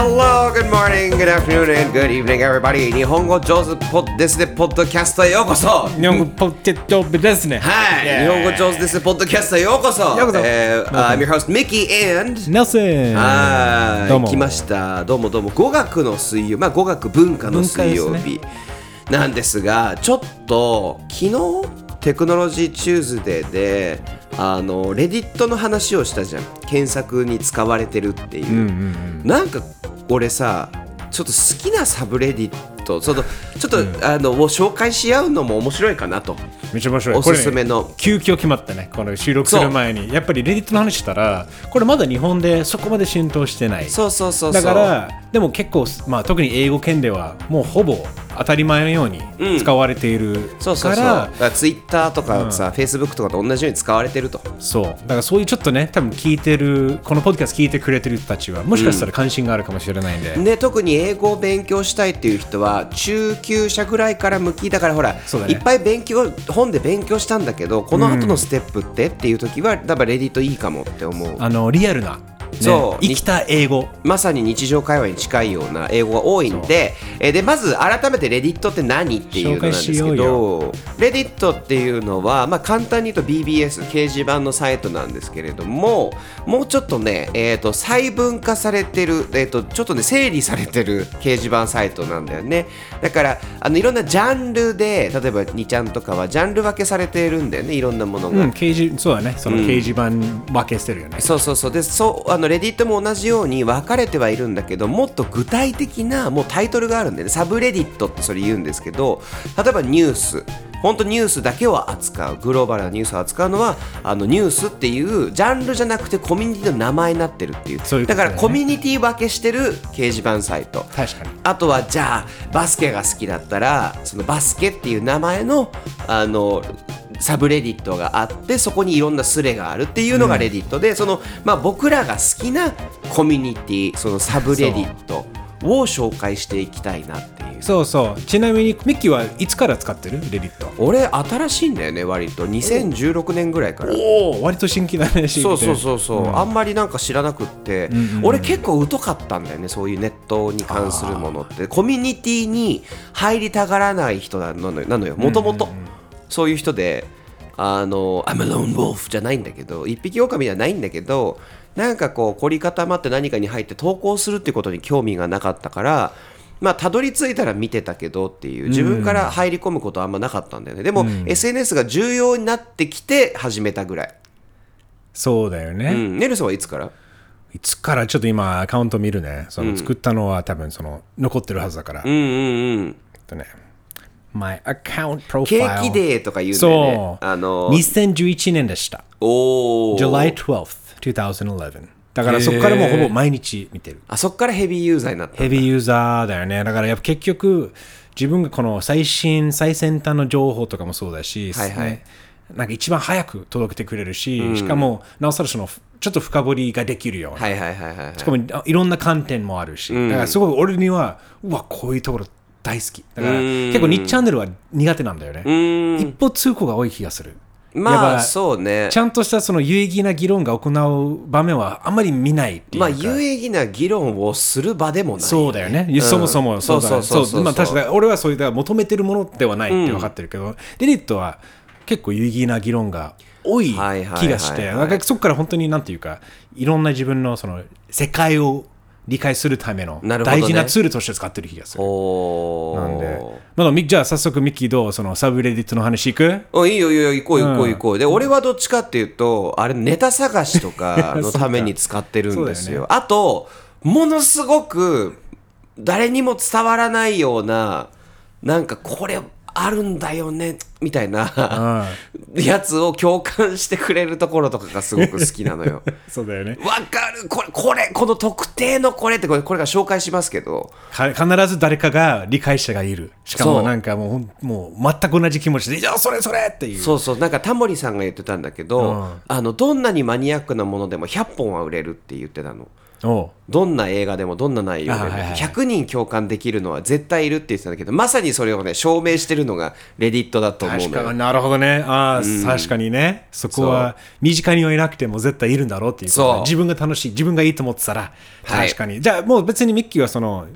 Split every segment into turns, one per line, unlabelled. Good morning, good afternoon, and good evening, everybody. 日本語上手ポッですね、ポッドキャストへようこそ。
日本語ポテト部ですね。
はい、
Yeah.
日本語上手ですね、ポッドキャストへようこそ。
ようこそ
えー Uh, I'm your host, Mickey, and
ネルセン。
はい
どうも
来ましたどうもどうも語学の水曜まあ語学文化の水曜
文化
日なんですがちょっと昨日テクノロジーチューズデーであのレディットの話をしたじゃん検索に使われてるっていう,、なんか俺さちょっと好きなサブレディットそのちょっと、あのを紹介し合うのも面白いかなと
めっちゃ面白い。
おすすめの
これね急遽決まったね。この収録する前に。やっぱりレディットの話したら、これまだ日本でそこまで浸透してない。
そうそうそうそ
だ
う
から、でも結構、まあ、特に英語圏では、もうほぼ当たり前のように使われている
そうそう
か
そう
ら、
ツイッターとかさ、フェイスブックとかと同じように使われてると
そうだからそういうちょっとね、多分聞いてる、このポッドキャスト聞いてくれてる人たちは、もしかしたら関心があるかもしれないんで、
で特に英語を勉強したいっていう人は中級者ぐらいから向きだからほら、
そうだ
い
ね
っぱい勉強本で勉強したんだけどこの後のステップってっていう時は多分レディットいいかもって思う
あのリアルな、ね、
そう
生きた英語。
まさに日常会話に近いような英語が多いんでえーでまず改めてレディットって何っていうのなんですけ
紹介しよ
どレディットっていうのは、まあ、簡単に言うと BBS 掲示板のサイトなんですけれどももうちょっとね、えー、と細分化されてる、えー、とちょっとね整理されてる掲示板サイトなんだよねだからあのいろんなジャンルで例えば2ちゃんとかはジャンル分けされてるんだよねいろんなものが。
うん、掲示そうだね、その掲示板分けしてるよね。
そうそうそうでそうあのレディットも同じように分かれてはいるんだけどもっと具体的なもうタイトルがあるんでねサブレディットってそれ言うんですけど例えばニュース本当ニュースだけを扱うグローバルなニュースを扱うのはあのニュースっていうジャンルじゃなくてコミュニティの名前になってるっていう
そういうこ
だ
と
か
だよ
ら
ね
コミュニティ分けしてる掲示板サイト
確かに。
あとはじゃあバスケが好きだったらそのバスケっていう名前のあのサブレディットがあってそこにいろんなスレがあるっていうのがレディットで、そのまあ、僕らが好きなコミュニティそのサブレディットを紹介していきたいなっていう
そうそう。ちなみに、ミッキーはいつから使ってるレディット。
俺新しいんだよね割と2016年ぐらいから
おお、割と新規だね、新
そう
規
そうそうそう、あんまりなんか知らなくって、俺結構疎かったんだよねそういうネットに関するものってコミュニティに入りたがらない人なのよなのよもともとそういう人であの「I'm a lone wolf」じゃないんだけど一匹狼じゃないんだけどなんかこう凝り固まって何かに入って投稿するってことに興味がなかったからまあたどり着いたら見てたけどっていう自分から入り込むことはあんまなかったんだよねでも、SNS が重要になってきて始めたぐらい
そうだよね、
うん、ネルソンはいつから
いつからちょっと今、アカウント見るね。その作ったのは多分、その、残ってるはずだから。
うんうんうん。
えっとね。My account profile.
ケーキデーとか言うんだよね
そ。う。
あの、
2011年でした。
おー
July 12th, 2011。だからそこからもうほぼ毎日見てる。
あそっからヘビーユーザーになった。
ヘビーユーザーだよね。だからやっぱ結局、自分がこの最新、最先端の情報とかもそうだし、
はいはい
ねなんか一番早く届けてくれるし、しかも、なおさらその、ちょっと深掘りができるような。
はいはいはいはいはい。
しかもあいろんな観点もあるし、だからすごい俺には、うわ、こういうところ大好き。だから結構日チャンネルは苦手なんだよね。一方通行が多い気がする。やっ
まあ、
ぱ
そうね
ち。ゃんとしたその有意義な議論が行う場面はあんまり見ないっていう
ま
か。
あ、有意義な議論をする場でもない。
そうだよね、そもそもそうだね
そうそうそうそう
そうまあ確かに俺はそういうだから求めてるものではないって分かってるけど、デリットは結構有意義な議論が多い
はいはいはいはい
気がして、なんかそこから本当になんていうかいろんな自分のその世界を理解するための
なるほどね
大事なツールとして使ってる気がする。
お
なんで
ー。
まあでもみじゃあ早速ミッキーどうそのサブレディットの話いく
おいいよいいよ行こう行こう行こう、で俺はどっちかっていうとあれネタ探しとか のために使ってるんですよあとものすごく誰にも伝わらないようななんかこれあるんだよねみたいなやつを共感してくれるところとかがすごく好きなの よ
そうだよね
わかるこれこれこの特定のこれってこれこれが紹介しますけど
か必ず誰かが理解者がいるしか
そ
も
う
なんかもうほんもう全く同じ気持ちで「いやそれそれ!」っていう
そうそうなんかタモリさんが言ってたんだけど、あのどんなにマニアックなものでも100本は売れるって言ってたの
おう
どんな映画でもどんな内容でも
あはいはい
100人共感できるのは絶対いるって言ってたんだけどまさにそれをね証明してるのがレディットだとと思う
確
の
か
よ
になるほどねああ、確かにねそこは身近にはいなくても絶対いるんだろうっていうことね
そう
自分が楽しい自分がいいと思ってたら
はい
確かに、じゃあもう別にミッキーはその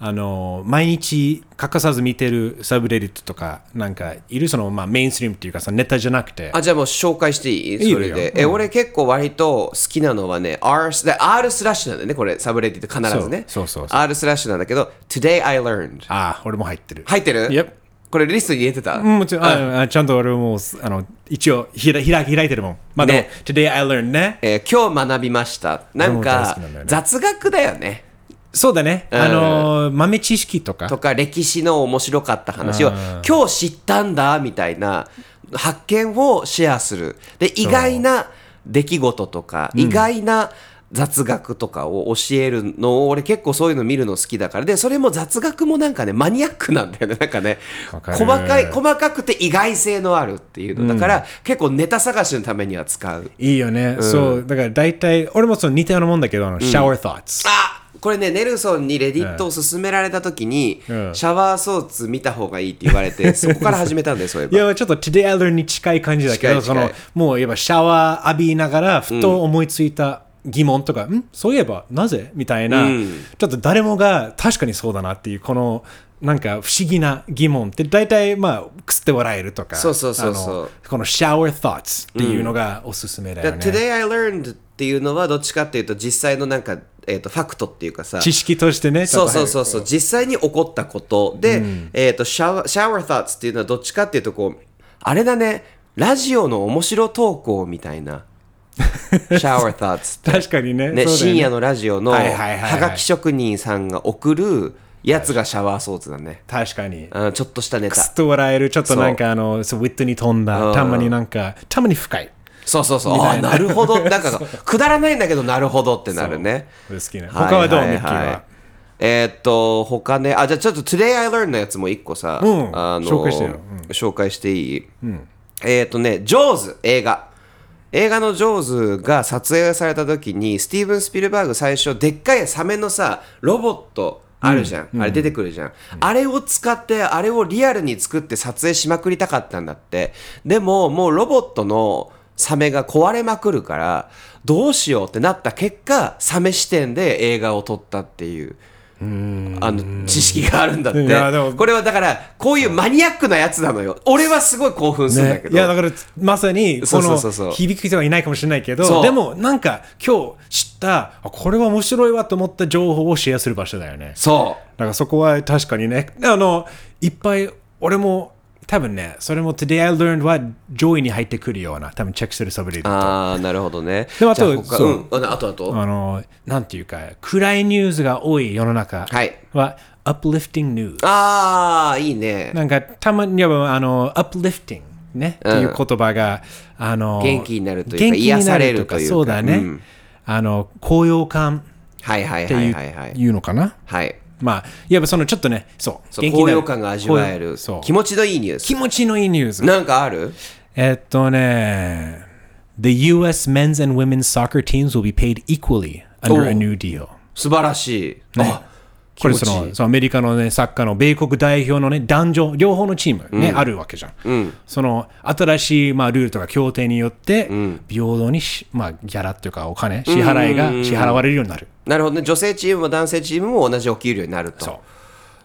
あの毎日欠かさず見てるサブレリットとかなんかいるその、まあ、メインストリームっていうかそのネタじゃなくて
あじゃあもう紹介していい
いい
そ
よ
れ
いい
で
よ
え俺結構割と好きなのはね R, スで R スラッシュなんだよねこれサブレディって必ずね
そうそうそうそう
R スラッシュなんだけど Today I learned
ああ俺も入ってる
入ってる
Yep
これリストに入れてた、
うんもちろんああちゃんと俺もあの一応ひら開開いてるもんまあでも、
ね
Today I learned ね
えー今日学びましたなん
俺も大好
か
きなんだよね
雑学だよね
そうだね、あの豆知識とか
とか歴史の面白かった話を今日知ったんだみたいな発見をシェアするで意外な出来事とか、意外な雑学とかを教えるのを俺結構そういうの見るの好きだからでそれも雑学もなんかねマニアックなんだよねなんかね
わかる
細かい細かくて意外性のあるっていうの、だから結構ネタ探しのためには使う
いいよね、そうだから大体俺もその似たようなもんだけどあのシャワー thoughts、
あこれねネルソンにレディットを勧められた時に、
うん
シャワーソーツ見た方がいいって言われ てそこから始めたんですそういえば
いやちょっと Today I learn に近い感じだけ
近い
ど
近い
そのもう言えばシャワー浴びながらふと思いついた疑問とか、んそういえばなぜみたいな、ちょっと誰もが確かにそうだなっていうこのなんか不思議な疑問って大体まあくすって笑えるとか
そうそうそうそう
あのこのシャワー thoughts っていうのがおすすめだよ
だ
ね、
Today I learned っていうのはどっちかっていうと実際のなんか、えー、とファクトっていうかさ
知識としてね
そうそうそううそう実際に起こったことで、えっ、とシャワーシャワー thoughts っていうのはどっちかっていうとこうあれだねラジオの面白投稿みたい なシャワー thoughts って
確かにね
ね
そうだよ
深夜のラジオの
はいはいはいはい
はがき職人さんが送るやつがシャワーソーツだね
確かに
あーちょっとしたネタ
くすっと笑える、ちょっとなんかあの、そうウィットに飛んだ、たまになんか、たまに深い。
そうそうそうあーなるほどなんかくだらないんだけどなるほどってなるね
そう好きな他はどうミッキーはい
えーっと他ねあじゃあちょっと Today I Learn のやつも一個さ、
うん
あの
紹介してよ
紹介していい、えーっとね「ジョーズ」映画映画の「ジョーズ」が撮影された時にスティーブン・スピルバーグ最初でっかいサメのさロボットあるじゃん、あれ出てくるじゃん、あれを使ってあれをリアルに作って撮影しまくりたかったんだってでももうロボットのサメが壊れまくるからどうしようってなった結果サメ視点で映画を撮ったっていうあの知識があるんだっ
いやで
て
も
これはだからこういうマニアックなやつなのよ俺はすごい興奮するんだ
ね
け、
いやだ
ど
からまさに
そ
こ
うそうそうそう
の響く人はいないかもしれないけ
そ
ど
う
でもなんか今日知ったあこれは面白いわと思った情報をシェアする場所だよね
そう
だからそこは確かにねあのいっぱい俺も多分ねそれも Today I learned は上位に入ってくるような多分チェックするサブリート
ああなるほどね
でもあと
じゃ他
そう
うんああとあと
あのなんていうか暗いニュースが多い世の中
はい
は uplifting news
ああいいね
なんかたまにはあの uplifting ね、っていう言葉があの
元気になるというか癒されるというか
そうだね、
うん
あの高揚感
はいはい
って,、、
はいいうはいはいいう
のかな
はい
まあいわばそのちょっとねそう
そう
元
高
気になる
揚感が味わえ
高揚
る
そう
気持ちのいいニュース
気持ちのいいニュース
なんかある
えっとね The US men's and women's soccer teams will be paid equally under a new deal
素晴らしいあ
これ
気
そ
持ちいい
のそうアメリカの、ね、サッカーの米国代表の、ね、男女両方のチーム、ねあるわけじゃん、その新しい、まあ、ルールとか協定によって、平等にし、まあ、ギャラというかお金支払いが支払われるようになる、
なるほどね女性チームも男性チームも同じお給料になると
そう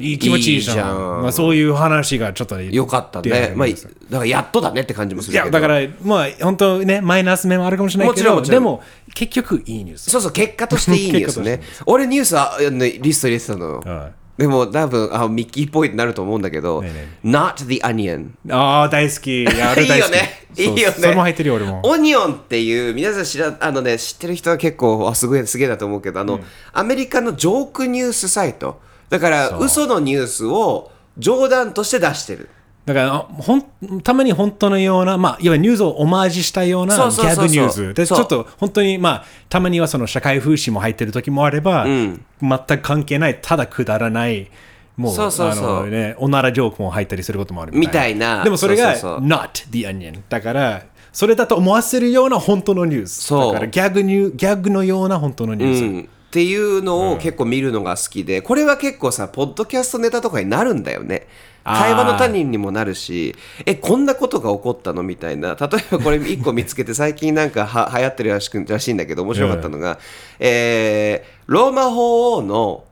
いい気持ちいいじゃん
いいじゃん
まあ、そういう話がちょっとね
よかった
出て
ね
る、ん
まあ、いだ
ですよ
からやっとだねって感じもす
い
るけど
やだからまあ本当ねマイナス面もあるかもしれない
も
けど
ちろんもちろん
でも結局いいニュース
そうそう結果としていいニュース ね俺ニュースはあのリスト入れてたのよ、
はい
でも多分あミッキーっぽいってなると思うんだけど「
ねえね
Not the Onion
ああ大好 きいやあ」れ
いい
大好
よ
き
ねい
そう
いよね
それも入ってるよ俺も
オニオンっていう皆さん知らあのね知ってる人は結構あすごいすげえなと思うけどあの、アメリカのジョークニュースサイトだから嘘のニュースを冗談として出してる
だからあほんたまに本当のような、まあ、いわゆるニュースをオマージュしたようなギ
そうそうそう
ャ
そう
グニュースでち
そう
ょっと本当に、まあ、たまにはその社会風刺も入ってる時もあれば、全く関係ないただくだらないもう
そうそうそう
あの、ね、おならジョークも入ったりすることもあるみたいな
みたいな
でもそれが
そうそうそう
Not the Onion だからそれだと思わせるような本当のニュース
そう
だからギャグニューギャグのような本当のニュース、
うんっていうのを結構見るのが好きで、これは結構さ、ポッドキャストネタとかになるんだよね。
あー
会話の他人にもなるし、え、こんなことが起こったのみたいな。例えばこれ一個見つけて最近なんかは流 行ってるらしくらしいんだけど、面白かったのが、えー、ローマ法王の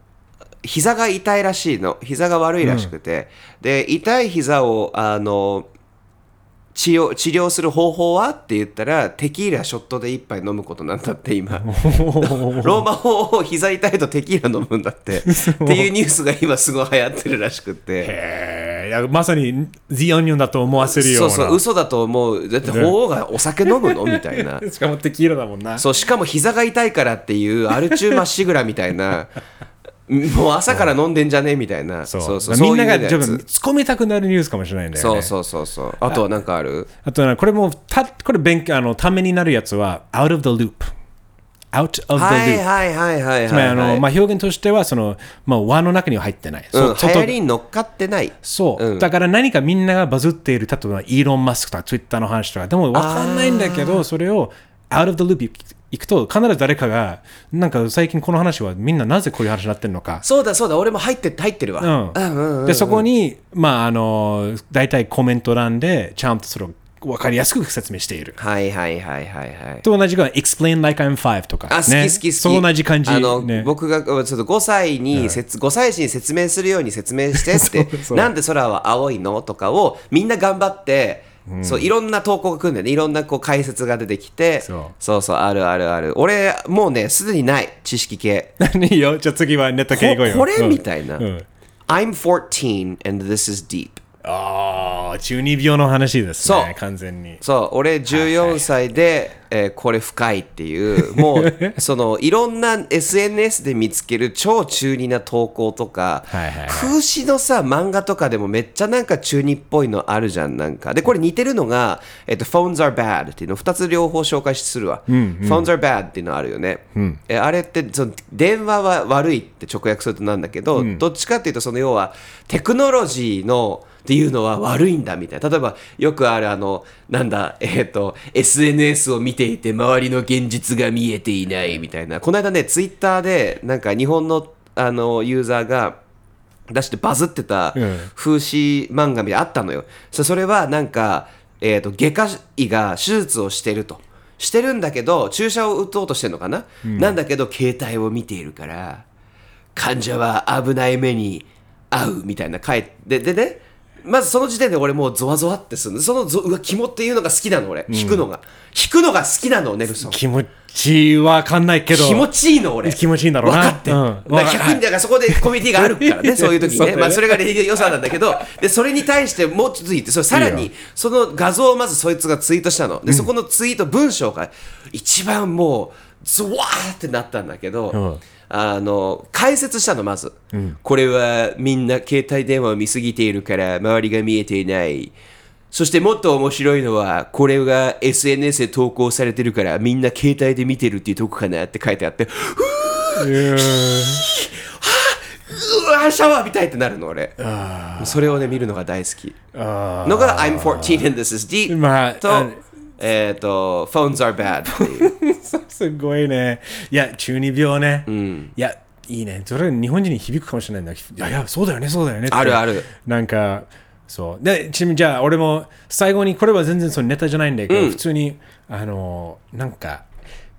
膝が痛いらしいの。膝が悪いらしくて。で、痛い膝を、あの、治療治療する方法はって言ったらテキーラショットで一杯飲むことなんだって 今ローマ法王膝痛いとテキーラ飲むんだ ってっていうニュースが今すごい流行ってるらしくて
へえいやまさに The Onion だと思わせるよう
そう
な
そう嘘だと思うだって法王がお酒飲むのみたいな
しかもテキーラだもんな
そうしかも膝が痛いからっていうアルチューマシグラみたいなもう朝から飲んでんじゃねえみたいな
そう
そう
みんなが
そういう
多分
やつ
突っ込みたくなるニュースかもしれないんだよね
そうそうそうそうあとは何かある
あとなこれもたこれ勉強あのためになるやつは out of the loop out of the
はい
loop
はいはいはいはいはい
つまりあのまあ表現としてはそのまあ輪の中には入ってない
うん、
そ
流
う外
行りに乗っかってない
そう、
うん
だから何かみんながバズっている例えばイーロン・マスクとかツイッターの話とかでも分かんないんだけどそれを out of the loop 行くと必ず誰かがなんか最近この話はみんななぜこういう話になってるのか
そうだそうだ、俺も入って入ってるわ。
うん
うんうんうん
でそこに、まあ、あの大体コメント欄でちゃんとそれを分かりやすく説明している。
はいはいはいはいはい。
と同じく Explain like I'm five とか、
あ、好き
ね
好き好き。
そう同じ感じ。
あの、
ね、
僕がちょっと5歳に説、5歳児に説明するように説明してって、 なんで空は青いのとかをみんな頑張って、そういろんな投稿が来るんだよねいろんなこう解説が出てきて
そう
そうそうあるあるある俺もうねすでにない知識系
何よじゃあ次はネタ系いこうよ。
ここれ
うん
みたいな
うん、
I'm 14 and this is deep
ああ、中二病の話ですね。
そう
完全に。
そう俺14歳で、えーこれ深いって いうもうそのいろんな SNS で見つける超中二な投稿とか、
はいはいはい
風刺のさ漫画とかでもめっちゃなんか中二っぽいのあるじゃんなんかでこれ似てるのが「えっと Phones are bad」っていうの2つ両方紹介するわ「Phones are bad」っていうのあるよね、えあれってその電話は悪いって直訳するとなんだけど、どっちかっていうとその要はテクノロジーのっていうのは悪いんだみたいな例えばよくあるあのなんだえっ、と SNS を見ていて周りの現実が見えていないみたいなこの間ねツイッターでなんか日本のあのユーザーが出してバズってた
うん
風刺漫画みたいなのあったのよ、そそれはなんか、えー、と外科医が手術をしてるとしてるんだけど注射を打とうとしてるのかな、なんだけど携帯を見ているから患者は危ない目に遭うみたいな書いてでねまずその時点で俺もうゾワゾワってするのそのゾうわ肝っていうのが好きなの俺弾くのが、弾くのが好きなのネルソン
気持ちわかんないけど。
気持ちいいの俺
気持ちいいんだろうな
分かってる、
うん
だから100人だからそこでコミュニティがあるからねそういう時
そうだ
ね
よね
まあ、それが礼儀の良さなんだけ どでそれに対してもうちょっといいってそれさら
いい
にその画像をまずそいつがツイートしたので、そこのツイート文章が一番もうズワーってなったんだけど、
うん
あの解説したのまず、これはみんな携帯電話を見すぎているから周りが見えていないそしてもっと面白いのはこれが SNS で投稿されてるからみんな携帯で見てるっていうとこかなって書いてあって
うん
うわシャワーみたいってなるの俺それをね見るのが大好き
あ
のが I'm 14 and this is deep
まああ
とえっ、と Phones are bad って いう
ーすごいね。いや、中二病ね。いや、いいね。それ日本人に響くかもしれないんだけど。いやいや、そうだよね、そうだよねって。
あるある
なんか、そう。で、ちなみにじゃあ、俺も最後に、これは全然そのネタじゃないんだけど、普通に、あの、なんか、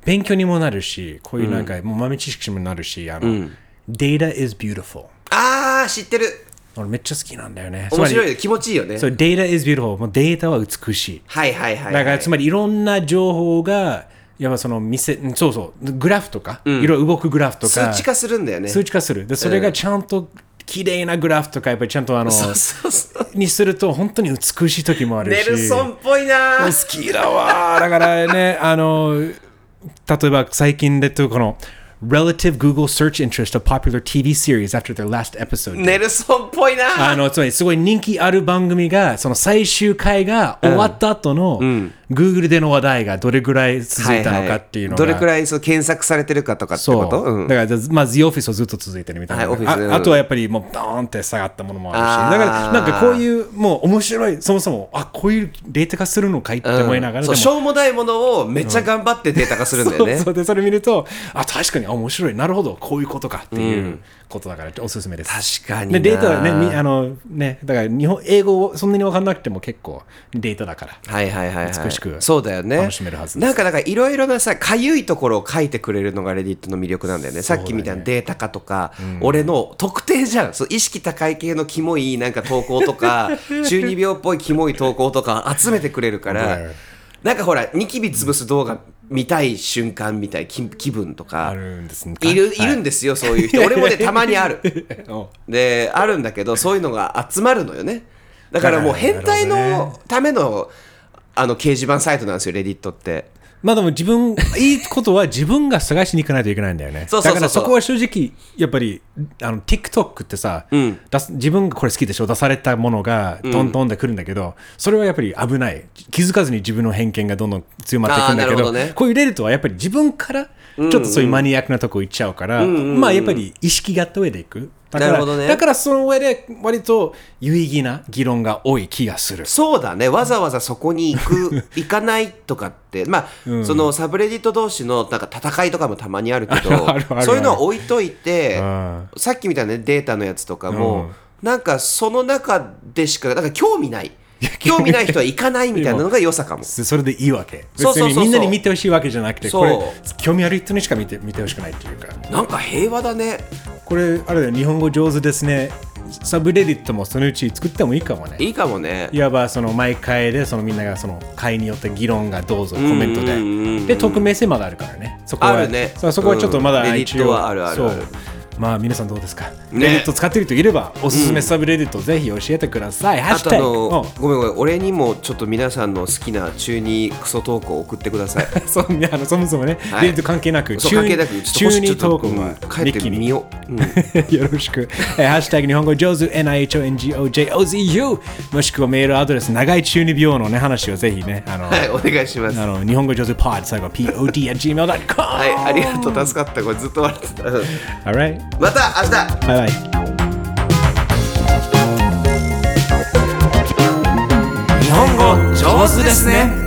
勉強にもなるし、こういうなんか、もう豆知識にもなるし、あの、data is beautiful。
あー知ってる
俺めっちゃ好きなんだよね。
面白い
つま
ね気持ちいいよね
り。そう、data is beautiful。もうデータは美しい。
はいはいはい、はい、
だからつまりいろんな情報がやっぱその見せうんそうそうグラフとか、いろいろ動くグラフと
数
か
値化するんだよね
数値化するでそれがちゃんと綺麗なグラフとかやっぱりちゃんとあの
そうそうそう
にすると本当に美しい時もあるし
ネルソンっぽいな
好きだわだからねあの例えば最近で言うとこの Relative Google Search Interest of Popular TV Series After Their Last Episode
ネルソンっぽいな
あの、つまりすごい人気ある番組が、その最終回が終わった後の、Google での話題がどれぐらい続いたのかっていうのが。
ははどれくらいそう検索されてるかとかって
そ
こ
う
とうん
だから、まあ、The Office をずっと続いてるみたいな、
はい Office うん
あ。あとはやっぱり、もう、ドーンって下がったものもある
あー
し、だから、なんかこういう、もう面白い、そもそも、あ、こういうデータ化するのかいって思いながら、
そう
でも
しょうもないものをめっちゃ頑張ってデータ化するんだよね、
そうそうでそれ見るとあ確かにあ面白いなるほどこういうことかっていうことだからおすすめです
確かにな
でデータはねみあのねだから日本英語をそんなに分かんなくても結構データだから
はいはいはい、はい、
美しく
そうだよね
楽しめるはずです
なんかなんかいろいろなさかゆいところを書いてくれるのがレディットの魅力なんだよねさっきみたいなデータ化とか、俺の特定じゃんそう意識高い系のキモいなんか投稿とか 中二病っぽいキモい投稿とか集めてくれるから
本当だよ
なんかほらニキビ潰す動画見たい瞬間みたい気気分とか
あるんですね
いるい
はい
るんですよ、そういう 人俺もねたまにある
お
であるんだけどそういうのが集まるのよねだからもう変態
なるほど
のためのあの掲示板サイトなんですよレディットって
まあでも自分いいことは自分が探しに行かないといけないんだよね
そうそうそうそう
だからそこは正直やっぱりあの TikTok ってさ、
ん
出す自分がこれ好きでしょ出されたものがどんどんでくるんだけど、それはやっぱり危ない気づかずに自分の偏見がどんどん強まっていくんだけ
あーなるほ
ど
どね
こういうレディットはやっぱり自分からちょっとそういうマニアックなとこ行っちゃうから、まあやっぱり意識があった上でいくだから
なるほどね
だからその上で割と有意義な議論が多い気がする
そうだねわざわざそこに行 く行かないとかってまあ、そのサブレディット同士のなんか戦いとかもたまにあるけど
あるある
そういうのは置いといて
ん
さっきみたいな、ね、データのやつとかも、なんかその中でしかなんか興味ない興味ない人は行かないみたいなのが良さかも
そそれでいいわけ別
そうそうそうそう
にみんなに見てほしいわけじゃなくて
そう
これ興味ある人にしか見て見てほしくないっていうか
なんか平和だね
これあれだよ日本語上手ですねサブレディットもそのうち作ってもいいかもね
いいかもね
いわばその毎回でそのみんながその会によって議論がどうぞコメント
うんうんうんうん
でで匿名性まだあるからねそこは
あるね
そうそこはちょっとま
うん
だ
レディットはあるあるある
そうまあ皆さんどうですか、レディット使ってる人いればおすすめサブレディットぜひ教えてください、ハッ
あ
シュ
とあ
タグ
のごめんごめん俺にもちょっと皆さんの好きな中二クソ投稿送ってくだ さい
そうあのそもそもね、
はい
レディット関係なく、
そう
中
関係なくちょっと
中
もし
二
ちょ
投
っと
稿は
うん帰ってみよう、うん
よろしく。えーハッシュタグ日本語上手 NIHONGOJOZU もしくはメールアドレス長い中二病のね話をぜひね、あの、
はいお願いします
あの日本語上手 pod 最後 pod at gmail.com。
は、
はい
ありがとう、助かった、これずっと笑ってた。うん
Alright,
また明日
bye bye.
日本語上手ですね